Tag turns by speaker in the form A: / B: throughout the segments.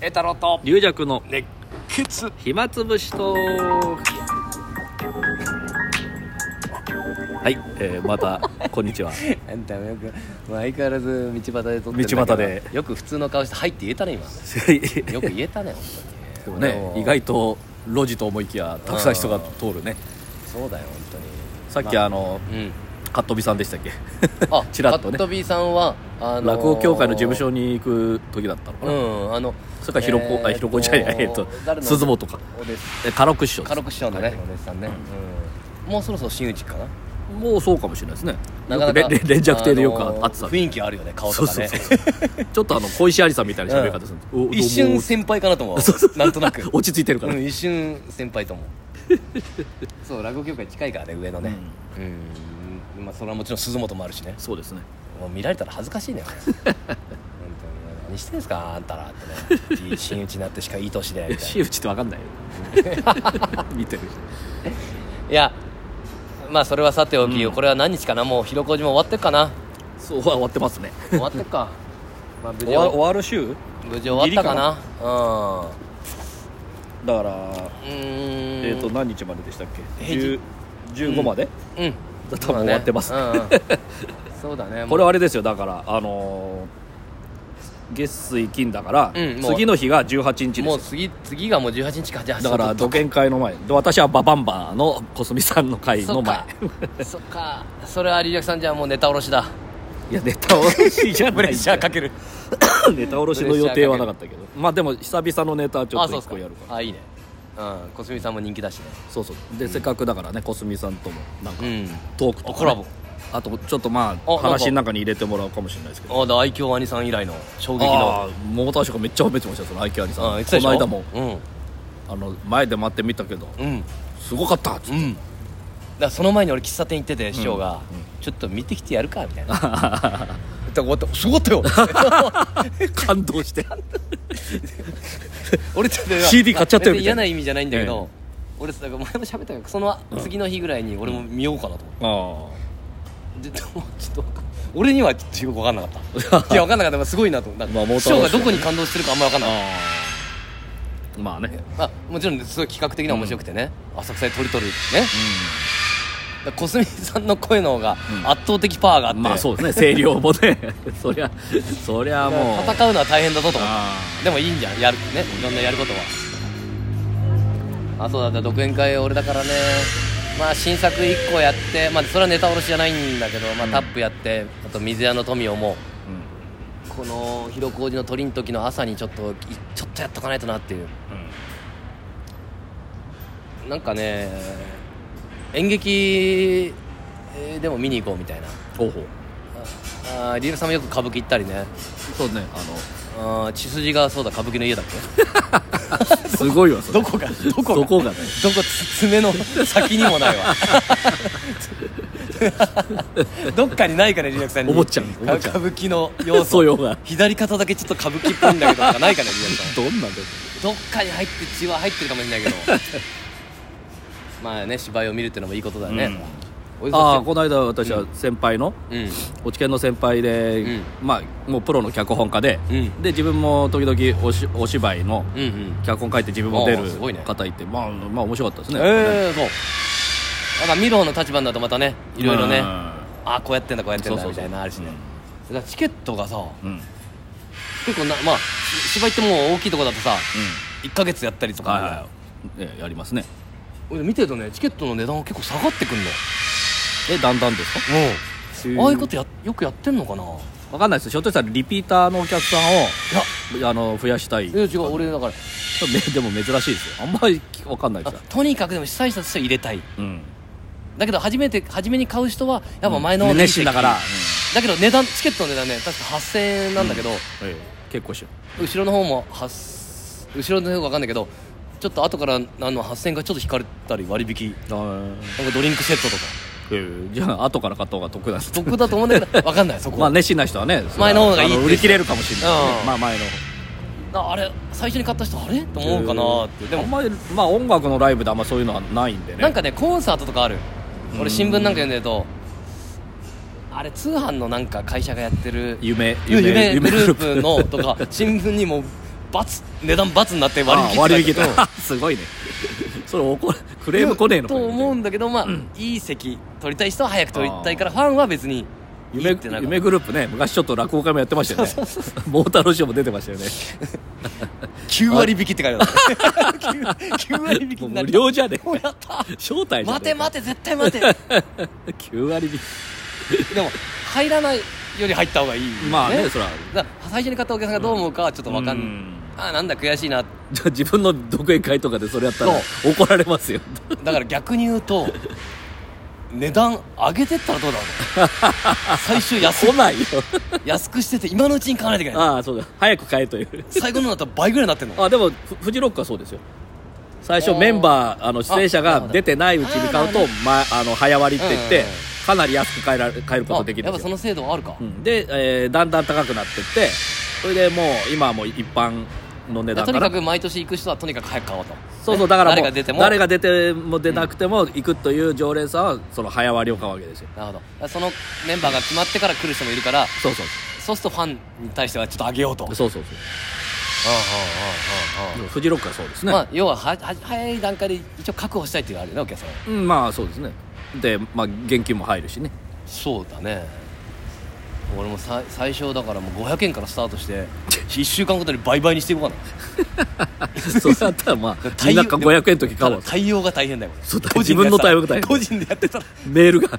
A: 栄太郎と
B: 龍尺の
A: 熱血
B: 暇つぶしとはい、えー、またこんにち は
C: あんたもよく、まあ、相変わらず道端で撮ってんだけど
B: 道端で
C: よく普通の顔して「はい」って言えたね今
B: で
C: よく言えたね本当
B: も
C: に
B: ね意外と路地と思いきやたくさん人が通るね
C: そうだよ本
B: さっきあの、
C: 当にうん
B: カットビさんでしたっけ
C: あ
B: ちらっとね
C: カットビーさんはあのー
B: 落語協会の事務所に行く時だったのか
C: う
B: な、
C: んあの
B: それからひろこ、あひろこじゃないえっと鈴本か
C: お弟子
B: えカロクッションです
C: カロク師匠のねお弟子さんねうんもうそろそろ真打ちかな
B: もうそうかもしれないですね
C: なかなか
B: よくれ連着亭でよく
C: あのー
B: 会ってたんで
C: 雰囲気あるよね顔
B: そ
C: と
B: う
C: か
B: そう
C: ね
B: そうそう ちょっとあの小石ありさんみたいな喋り方するんです、おどうも
C: 一瞬先輩かなと 思うなんとなく
B: 落ち着いてるから、
C: うん、一瞬先輩とも そう落語協会近いからね上のねうん、まあ、それはもちろん鈴本もあるしね
B: そうですね
C: もう見られたら恥ずか しいね本当に何してんすかあんたらって ねいい真打ちになってしかいい年でみたい
B: 真打ちって分かんないよ 見てる
C: ないやまあそれはさておきよ、これは何日かなもう広小路も終わってっかな
B: 人そう終わってますね
C: 終わってっか、まあ、無事
B: 終わ終
C: 終
B: わる週
C: 無事終わったかな
B: だから
C: うんうーん
B: えっ、と何日まででしたっけ
C: 平日
B: 10 15まで、
C: うん
B: 多分終わってます、
C: まあねうんうんそうだ ね
B: これはあれですよだからあのー月水金だから、
C: うんもう
B: 次の日が18日で
C: もう
B: す
C: 次次がもう18日かじゃあ
B: だから
C: そ
B: 土
C: っか
B: 建会の前で私はババンバーの小杉さんの会
C: そ
B: の
C: っ
B: 前
C: か そっかそれは有楽さんじゃあもうネタおろしだ
B: いやネタおろ しじゃないプレッシャーかけるネタおろしの予定はなかったけどまあでも久々のネタちょ
C: あ
B: っ
C: そうっ
B: と一
C: すか
B: 個やるから
C: あいいねうん小杉さんも人気だしね
B: そうそうで、せっかくだからね小杉さんともなんか
C: うん
B: トークと
C: あコ
B: かね、
C: ラボ
B: あとちょっとまあ
C: あ
B: 話の中に入れてもらうかもしれないですけど
C: あだ愛嬌兄さん以来の衝撃
B: あ
C: の
B: あ桃太郎がめっちゃ褒めてましたよその IQ 兄さん
C: うん言ってたでし
B: この
C: ょ
B: 間も
C: うん
B: あの前で待ってみたけど
C: うん
B: すごかったっつ
C: う
B: って
C: んだからその前に俺喫茶店行ってて師匠が「ちょっと見てきてやるか」みたい なだから終わった「すごかったよ」
B: 感動して
C: 俺ちょっと
B: CD 買っちゃったよ
C: 別に
B: みた
C: 嫌な
B: いな
C: 意味じゃないんだけど俺さだから前も喋ったけどその次の日ぐらいに俺も見ようかなと思って
B: ああ
C: ででもちょっとわかん俺にはちょっとよく分かんなかった いや分かんなかったすごいなと思った
B: まあモー
C: 師
B: ター
C: 匠
B: ロ
C: が
B: スだ
C: どこに感動してるかあんま分かんなかっ
B: ああまあね
C: たあもちろんすごい企画的には面白くてね、浅草で撮り撮るねだから小杉さんの声の方が圧倒的パワーがあって、
B: まあそうですね声量もね そりゃそりゃもう
C: 戦うのは大変だぞと思っ
B: あ
C: てでもいいんじゃんやるねいろんなやることはあそうだった独演会俺だからねまあ新作1個やって、まあ、それはネタ卸しじゃないんだけど、まあ、タップやってあと水屋の富をも
B: あ、う
C: この広小路の鳥の時の朝にちょっといちょっとやっとかないとなっていうん
B: うん
C: なんかね演劇えーでも見に行こうみたいな
B: ほうほう
C: ああリエルさんもよく歌舞伎行ったりね
B: そうねあ
C: あー血筋がそうだ歌舞伎の家だっ
B: のすごいわそれ
C: どこがどこが
B: どこがね
C: け どこつ爪の先にもないわ どっかにないからリエルさんに
B: お坊ちゃんお坊ちゃん
C: 歌舞伎の要
B: 素
C: 素
B: 養が
C: 左肩だけちょっと歌舞伎っぽいんだけどなんかないからリエルさん
B: どんなで
C: どっかに入って血は入ってるかもしれ ないけどまあね芝居を見るってのもいいことだね、おじさん
B: ああこの間私は先輩の、
C: うん
B: 落研の先輩で、
C: うん
B: まあもうプロの脚本家で、
C: うん
B: で自分も時々おしお芝居の
C: うんうん
B: 脚本書いて自分も出る
C: ああすごいね
B: 方いてまあまあ面白かったですね、
C: ええそうなんか見る方の立場になるとまたねいろいろね
B: うん
C: ああこうやってんだこうやってんだみたいなあるしねだからチケットがさ
B: うんうん
C: 結構なまあし芝居ってもう大きいとこだとさ1ヶ月やったりとかあ
B: は
C: る
B: い
C: じゃん
B: はい、ね、やりますね
C: 俺見てるとねチケットの値段が結構下がってくん
B: えだんだんですか
C: のああいうことやよくやってんのかない
B: わかんないですひょっとしたらリピーターのお客さん
C: や
B: をあの増やした い
C: いや違う俺だから
B: めでも珍しいですよあんまりわかんないで
C: あ
B: すよ、
C: とにかくでも主催者としては入れたい
B: うん、
C: だけど初めて初めに買う人はやっぱ前の方がいい
B: 熱心だから、うん
C: だけど値段チケットの値段ね確か8000円なんだけど、
B: ええ結構しよ
C: 後ろの方も8000後ろの方が分かんないけどちょっと後からあの8000円がちょっと引かれたり割引
B: うあ
C: なんかドリンクセットとか
B: じゃあ後から買った方が得なんです
C: 得だと思うんだけど分か んないそこ
B: まあ
C: は、
B: 熱心な人はねそれは
C: 前の方がいいって
B: あの売り切れるかもしれないですね、
C: うん
B: まあ前の
C: あ、あれ最初に買った人あれと思うかなってで
B: でもあん
C: も
B: まり、まあ、音楽のライブであんまそういうのはないんでね
C: なんかねコンサートとかある
B: う
C: 俺
B: ん
C: 新聞なんか読んでるとあれ通販のなんか会社がやってる
B: 夢
C: 夢
B: 夢
C: グ
B: グル
C: ル
B: ープ
C: ープのとか新聞にもバツ値段バツになって割引
B: あ割引
C: とか
B: だ すごいねそれ怒るクレーム来ねえのか
C: と
B: よ
C: 思うんだけどまあ、いい席取りたい人は早く取りたいからファンは別にいい
B: 夢
C: ってなる
B: 夢グループね昔ちょっと落語家もやってましたよねモータロショーも出てましたよね
C: 9割引きって書いてある 9, 割引き
B: もう
C: にな
B: 無
C: る
B: 料じゃね
C: お
B: え
C: やった
B: 招待じ
C: 待
B: ゃねえ
C: て待て絶対 待てで
B: て9割引き
C: も入らないより入った方がいい、
B: まあねそら
C: だから最初に買ったお客さんがどう思うかはちょっとわかんない、
B: うん
C: あなんだ悔しいな
B: じゃあ自分の独演会とかでそれやったら怒られますよ
C: だから逆に言うと値段上げてったらどうだろう最終安
B: 来ないよ
C: 安くしてて今のうちに買わないといけない
B: ああそうだ早く買えという
C: 最後のだったら倍ぐらいになってんの
B: あでもフフジロックはそうですよ最初
C: おー
B: メンバーあの出演者
C: なる
B: が
C: ほど
B: 出てないうちに買う
C: あ
B: と、ま、あの早割りって言って、
C: うんうんうん
B: かなり安く買えられ買えることができる
C: や
B: ん
C: っ
B: で
C: ぱ
B: す
C: そ
B: よ、
C: の制度はあるか、
B: うんで、えーだんだん高くなってってそれでもう今はもう一般の値段
C: と
B: か
C: に
B: な
C: かく毎年行く人はとにかく早く買おうと
B: そうそうだからもう
C: 誰が出ても
B: 誰が出ても出なくても行くという常連さんはその早割りを買うわけですよ
C: なるほどそのメンバーが決まってから来る人もいるから
B: そうそう
C: そうするとファンに対してはちょっと上げようと
B: そうそうそうフジロックはそうですね、
C: まあ要ははは早い段階で一応確保したいっていうのはあるよねお客さんは
B: うんまあそうですねで、まあ、現金も入るしね
C: そうだね俺もさ最初だからもう500円からスタートして 1週間ごとに倍々にしていこうかな
B: そうだったらまあみんな
C: 対応
B: 500円の時買おう
C: ただ対応が大変だよ俺
B: そう
C: 個
B: だ
C: 人で
B: 自分の対応が大変
C: 個人でやってたら
B: メールが こ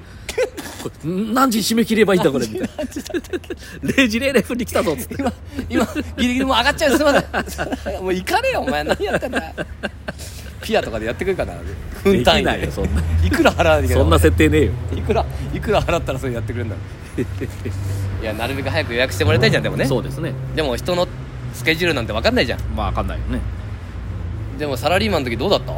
B: れ何時締め切ればいいんだこれみたいな0時00分に 来たぞっつって
C: 今今ギリギリもう上がっちゃうよすいません もう行かねえよお前何やってんだピアとかでやってくるかな分単位
B: できないよそんない
C: くら払わなきゃいけない
B: そんな設定ねえよ
C: いくらいくら払ったらそれやってくれるんだろういやなるべく早く予約してもらいたいじゃんでもね
B: そうですね
C: でも人のスケジュールなんて分かんないじゃん
B: まあわかんないよね
C: でもサラリーマンの時どうだった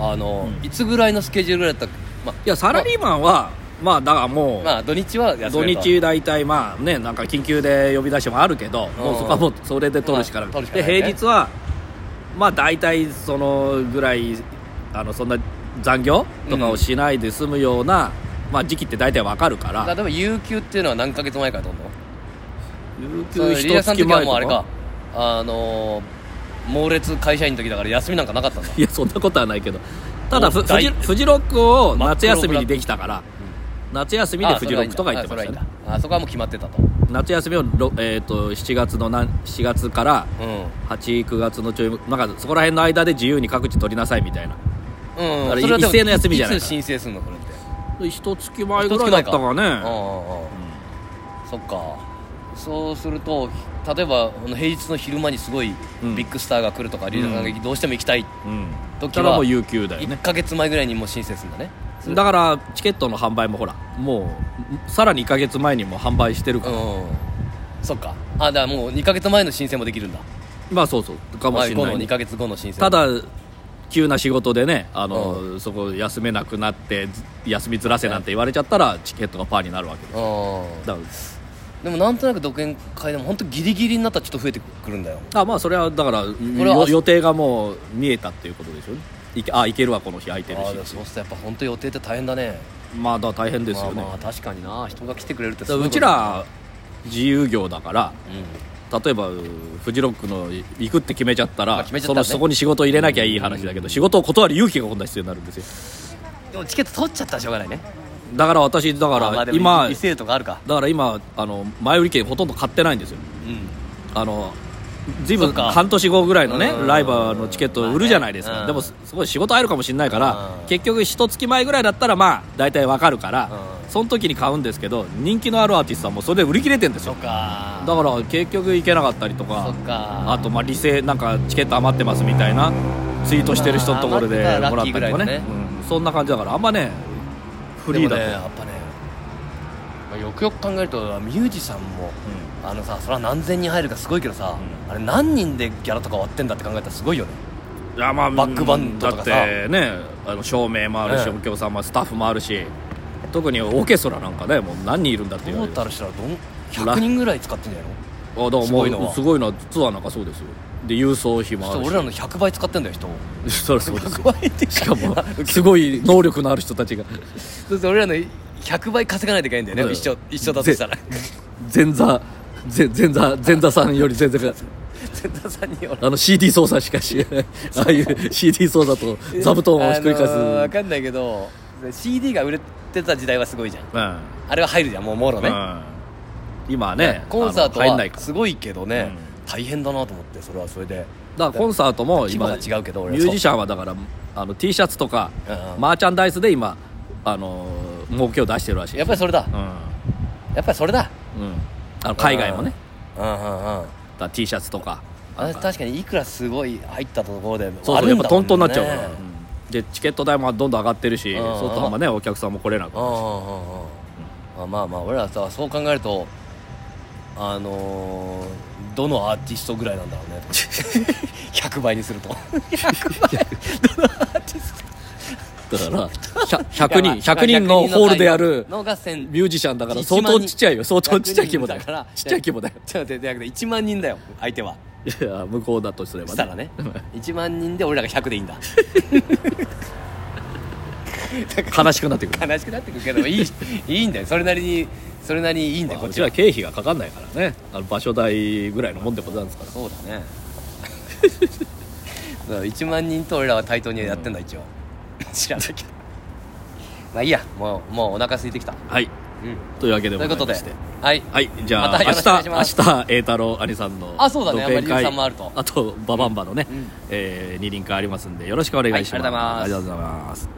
C: あの、いつぐらいのスケジュールだったま
B: いやサラリーマンはまあだからもう、
C: まあ土日は休
B: 土
C: めると
B: 日大体まあねなんか緊急で呼び出しもあるけど、もうそこはもうそれで取るしかな
C: ま
B: い、
C: あ取るしか
B: で
C: ないね
B: 平日はまあ大体そのぐらいあのそんな残業とかをしないで済むような、まあ時期って大体わかるか
C: だから
B: ら
C: でも有給っていうのは何ヶ月前から取るのそ
B: 有
C: う
B: 給
C: リーダー
B: 一
C: さん
B: 月
C: の時は
B: 前と
C: もうあれか
B: か
C: あの猛烈会社員の時だから休みなんかなかったんだ
B: いやそんなことはないけどただ
C: も
B: フ
C: う大
B: フジフジロックを夏休みにできたから夏休みでフジロックとか行ってましたね
C: あそこはもう決まってたと
B: 夏休みをろ、えー、と7月のなん7月から
C: う
B: 89月のちょいなんかそこら辺の間で自由に各自取りなさいみたいなんだ
C: うん
B: から
C: それはでも
B: 一斉の休みじゃない
C: つ申請するのこれって
B: 一月前ぐらいだったかね
C: うんうんうんそっかそうすると例えばあの平日の昼間にすごい
B: うん
C: ビッグスターが来るとか、リーダーさんがどうしても行きたい
B: うんだ
C: 時
B: から
C: は
B: もう有給だよね
C: 1か月前ぐらいにもう申請するんだね
B: だからチケットの販売もほらもうさらに1か月前にも販売してる
C: う
B: から、
C: んそっかあだからもう2か月前の申請もできるんだ
B: まあそうそうかもしれ
C: 後
B: な
C: の
B: い、
C: 2か月後の申請
B: ただ急な仕事でねあの、
C: う
B: そこ休めなくなってず休みずらせなんて言われちゃったらチケットがパーになるわけで
C: うん
B: だか
C: でもなんとなく独演会でも本当ギリギリになったらちょっと増えてくるんだよ
B: らあまあそれはだから
C: れは
B: よ予定がもう見えたっていうことでしょうねいけあ行けるわこの日空いてる
C: ああでも
B: し
C: そうするとやっぱ本当予定って大変だね
B: まあだから大変ですよね、
C: まあまあ確かにな人が来てくれるって
B: だから
C: ごいう
B: ちら自由業だから
C: うん
B: 例えばフジロックの行くって決めちゃったら,、
C: まあ決めちゃった
B: そ
C: らね
B: のそこに仕事を入れなきゃいい話だけど、仕事を断る勇気がこんな必要になるんですよ
C: でもチケット取っちゃったらしょうがないね
B: だから私だか
C: あまあ
B: ら
C: でも
B: 今
C: 伊勢とかあるか
B: だから今あの前売り券ほとんど買ってないんですよ
C: うん
B: あの随分
C: そっか
B: 半年後ぐらいのね
C: うん
B: ライバーのチケットを売るじゃないですか、
C: まあね
B: でもすすごい仕事あるかもしれないから
C: うん
B: 結局一月前ぐらいだったらまあ大体わかるから
C: うん
B: その時に買うんですけど人気のあるアーティストはもうそれで売り切れてんです
C: そ
B: よ
C: っか
B: だから結局行けなかったりと
C: そ
B: か
C: っか
B: あとまあ利勢なんかチケット余ってますみたいなツイートしてる人のところでも
C: まあ
B: らった
C: 余
B: り
C: ってたらラッキーぐ
B: と
C: らい
B: かね
C: だね
B: うんそんな感じだからあんまねフリーだ
C: でもね
B: と
C: やっぱねまあよくよく考えるとミュージシャンもあのさそれは何千人入るかすごいけどさあれ何人でギャラとか割ってんだって考えたらすごいよね
B: いやまあ
C: バックバンドとかさ
B: だってねあの照明もあるし、
C: うん
B: お客さんもスタッフもあるし特にオーケストラなんかねもう何人いるんだって
C: ト
B: いう
C: ータルしたらどん100人ぐらい使ってんじゃないの
B: あだからもう
C: すごいのは
B: すごいのはツアーなんかそうですよで郵送費も
C: ちょ
B: あ
C: っと
B: るし
C: 俺らの100倍使ってんだよ人を
B: そりゃそ うですよ
C: 倍って
B: しかもすごい能力のある人たちが
C: そうそう俺らの100倍稼がないといけないんだよ
B: う
C: ね
B: ん
C: 一緒一緒だとしたら
B: 前座前前座前座さんより全然
C: 前座さんに俺
B: あの CD 操作しかしないああいう CD 操作と座布団をひっくり返す、
C: あのーわかんないけど CD が売れてた時代はすごいじゃん
B: うん
C: あれは入るじゃんもうもろね、
B: うん今はね
C: コンサート
B: あの入んない
C: は
B: から
C: すごいけどね、
B: う
C: 大変だなと思ってそれはそれで
B: だからコンサートも
C: 規模が
B: 今ミュ
C: 違うけど俺は
B: ージシャンはだからあの T シャツとか、
C: うんうん
B: マーチャンダイスで今あのー儲けを出してるらしい
C: やっぱりそれだ
B: うん、
C: やっぱりそれだ
B: うん、あの海外もね
C: うんうんうん
B: だから T シャツとか
C: あれ確かにいくらすごい入ったところで
B: そう
C: あ
B: そう
C: る
B: やっ
C: んだもんね
B: ぱトントンになっちゃうから、うんでチケット代もどんどん上がってるし
C: うんうん
B: そうとあんまねお客さんも来れなく
C: うんうんうんうんまあまあまあ俺らさそう考えるとあのーどのアーティストぐらいなんだろうね 100倍にする と
B: だから100人
C: いやまあ
B: 100人のホールでやる
C: のが1000
B: ミュージシャンだから
C: 1
B: 相当ちっちゃいよ相当
C: 100
B: ちっちゃい規模だ
C: 人から
B: よちっちゃい規模だよ
C: ちょっと待ってだけど1万人だよ相手はい
B: や向こうだとすれば
C: したらね1万人で俺らが100でいいんだだか
B: 悲しくなってくる
C: ら悲しくなってくるけどいい いいんだよそれなりにそれなりにいいんだよ こ
B: まあ
C: っ
B: う
C: ち
B: ち
C: は
B: は経費がかかんないからねあの場所代ぐらいのもんでございますから
C: そうだね そう1万人と俺らは対等にやってんだ一応 知らないけどまあいいやもうもうお腹空いてきた
B: はい
C: うん
B: というわけで
C: と
B: ご
C: いう
B: ざ
C: ことで
B: いまして
C: はい
B: はいじゃあ、
C: またよ
B: 明
C: ろしくお願いしま
B: 日
C: す
B: 明日栄太郎兄さんの
C: あそうだね
B: 独演
C: まあ
B: 会
C: リュウさんもあると
B: あとババンバのね、
C: うん
B: えー二輪会ありますんでよろしくお願いしま
C: は
B: す、
C: いありがとうございます
B: ありがとうございます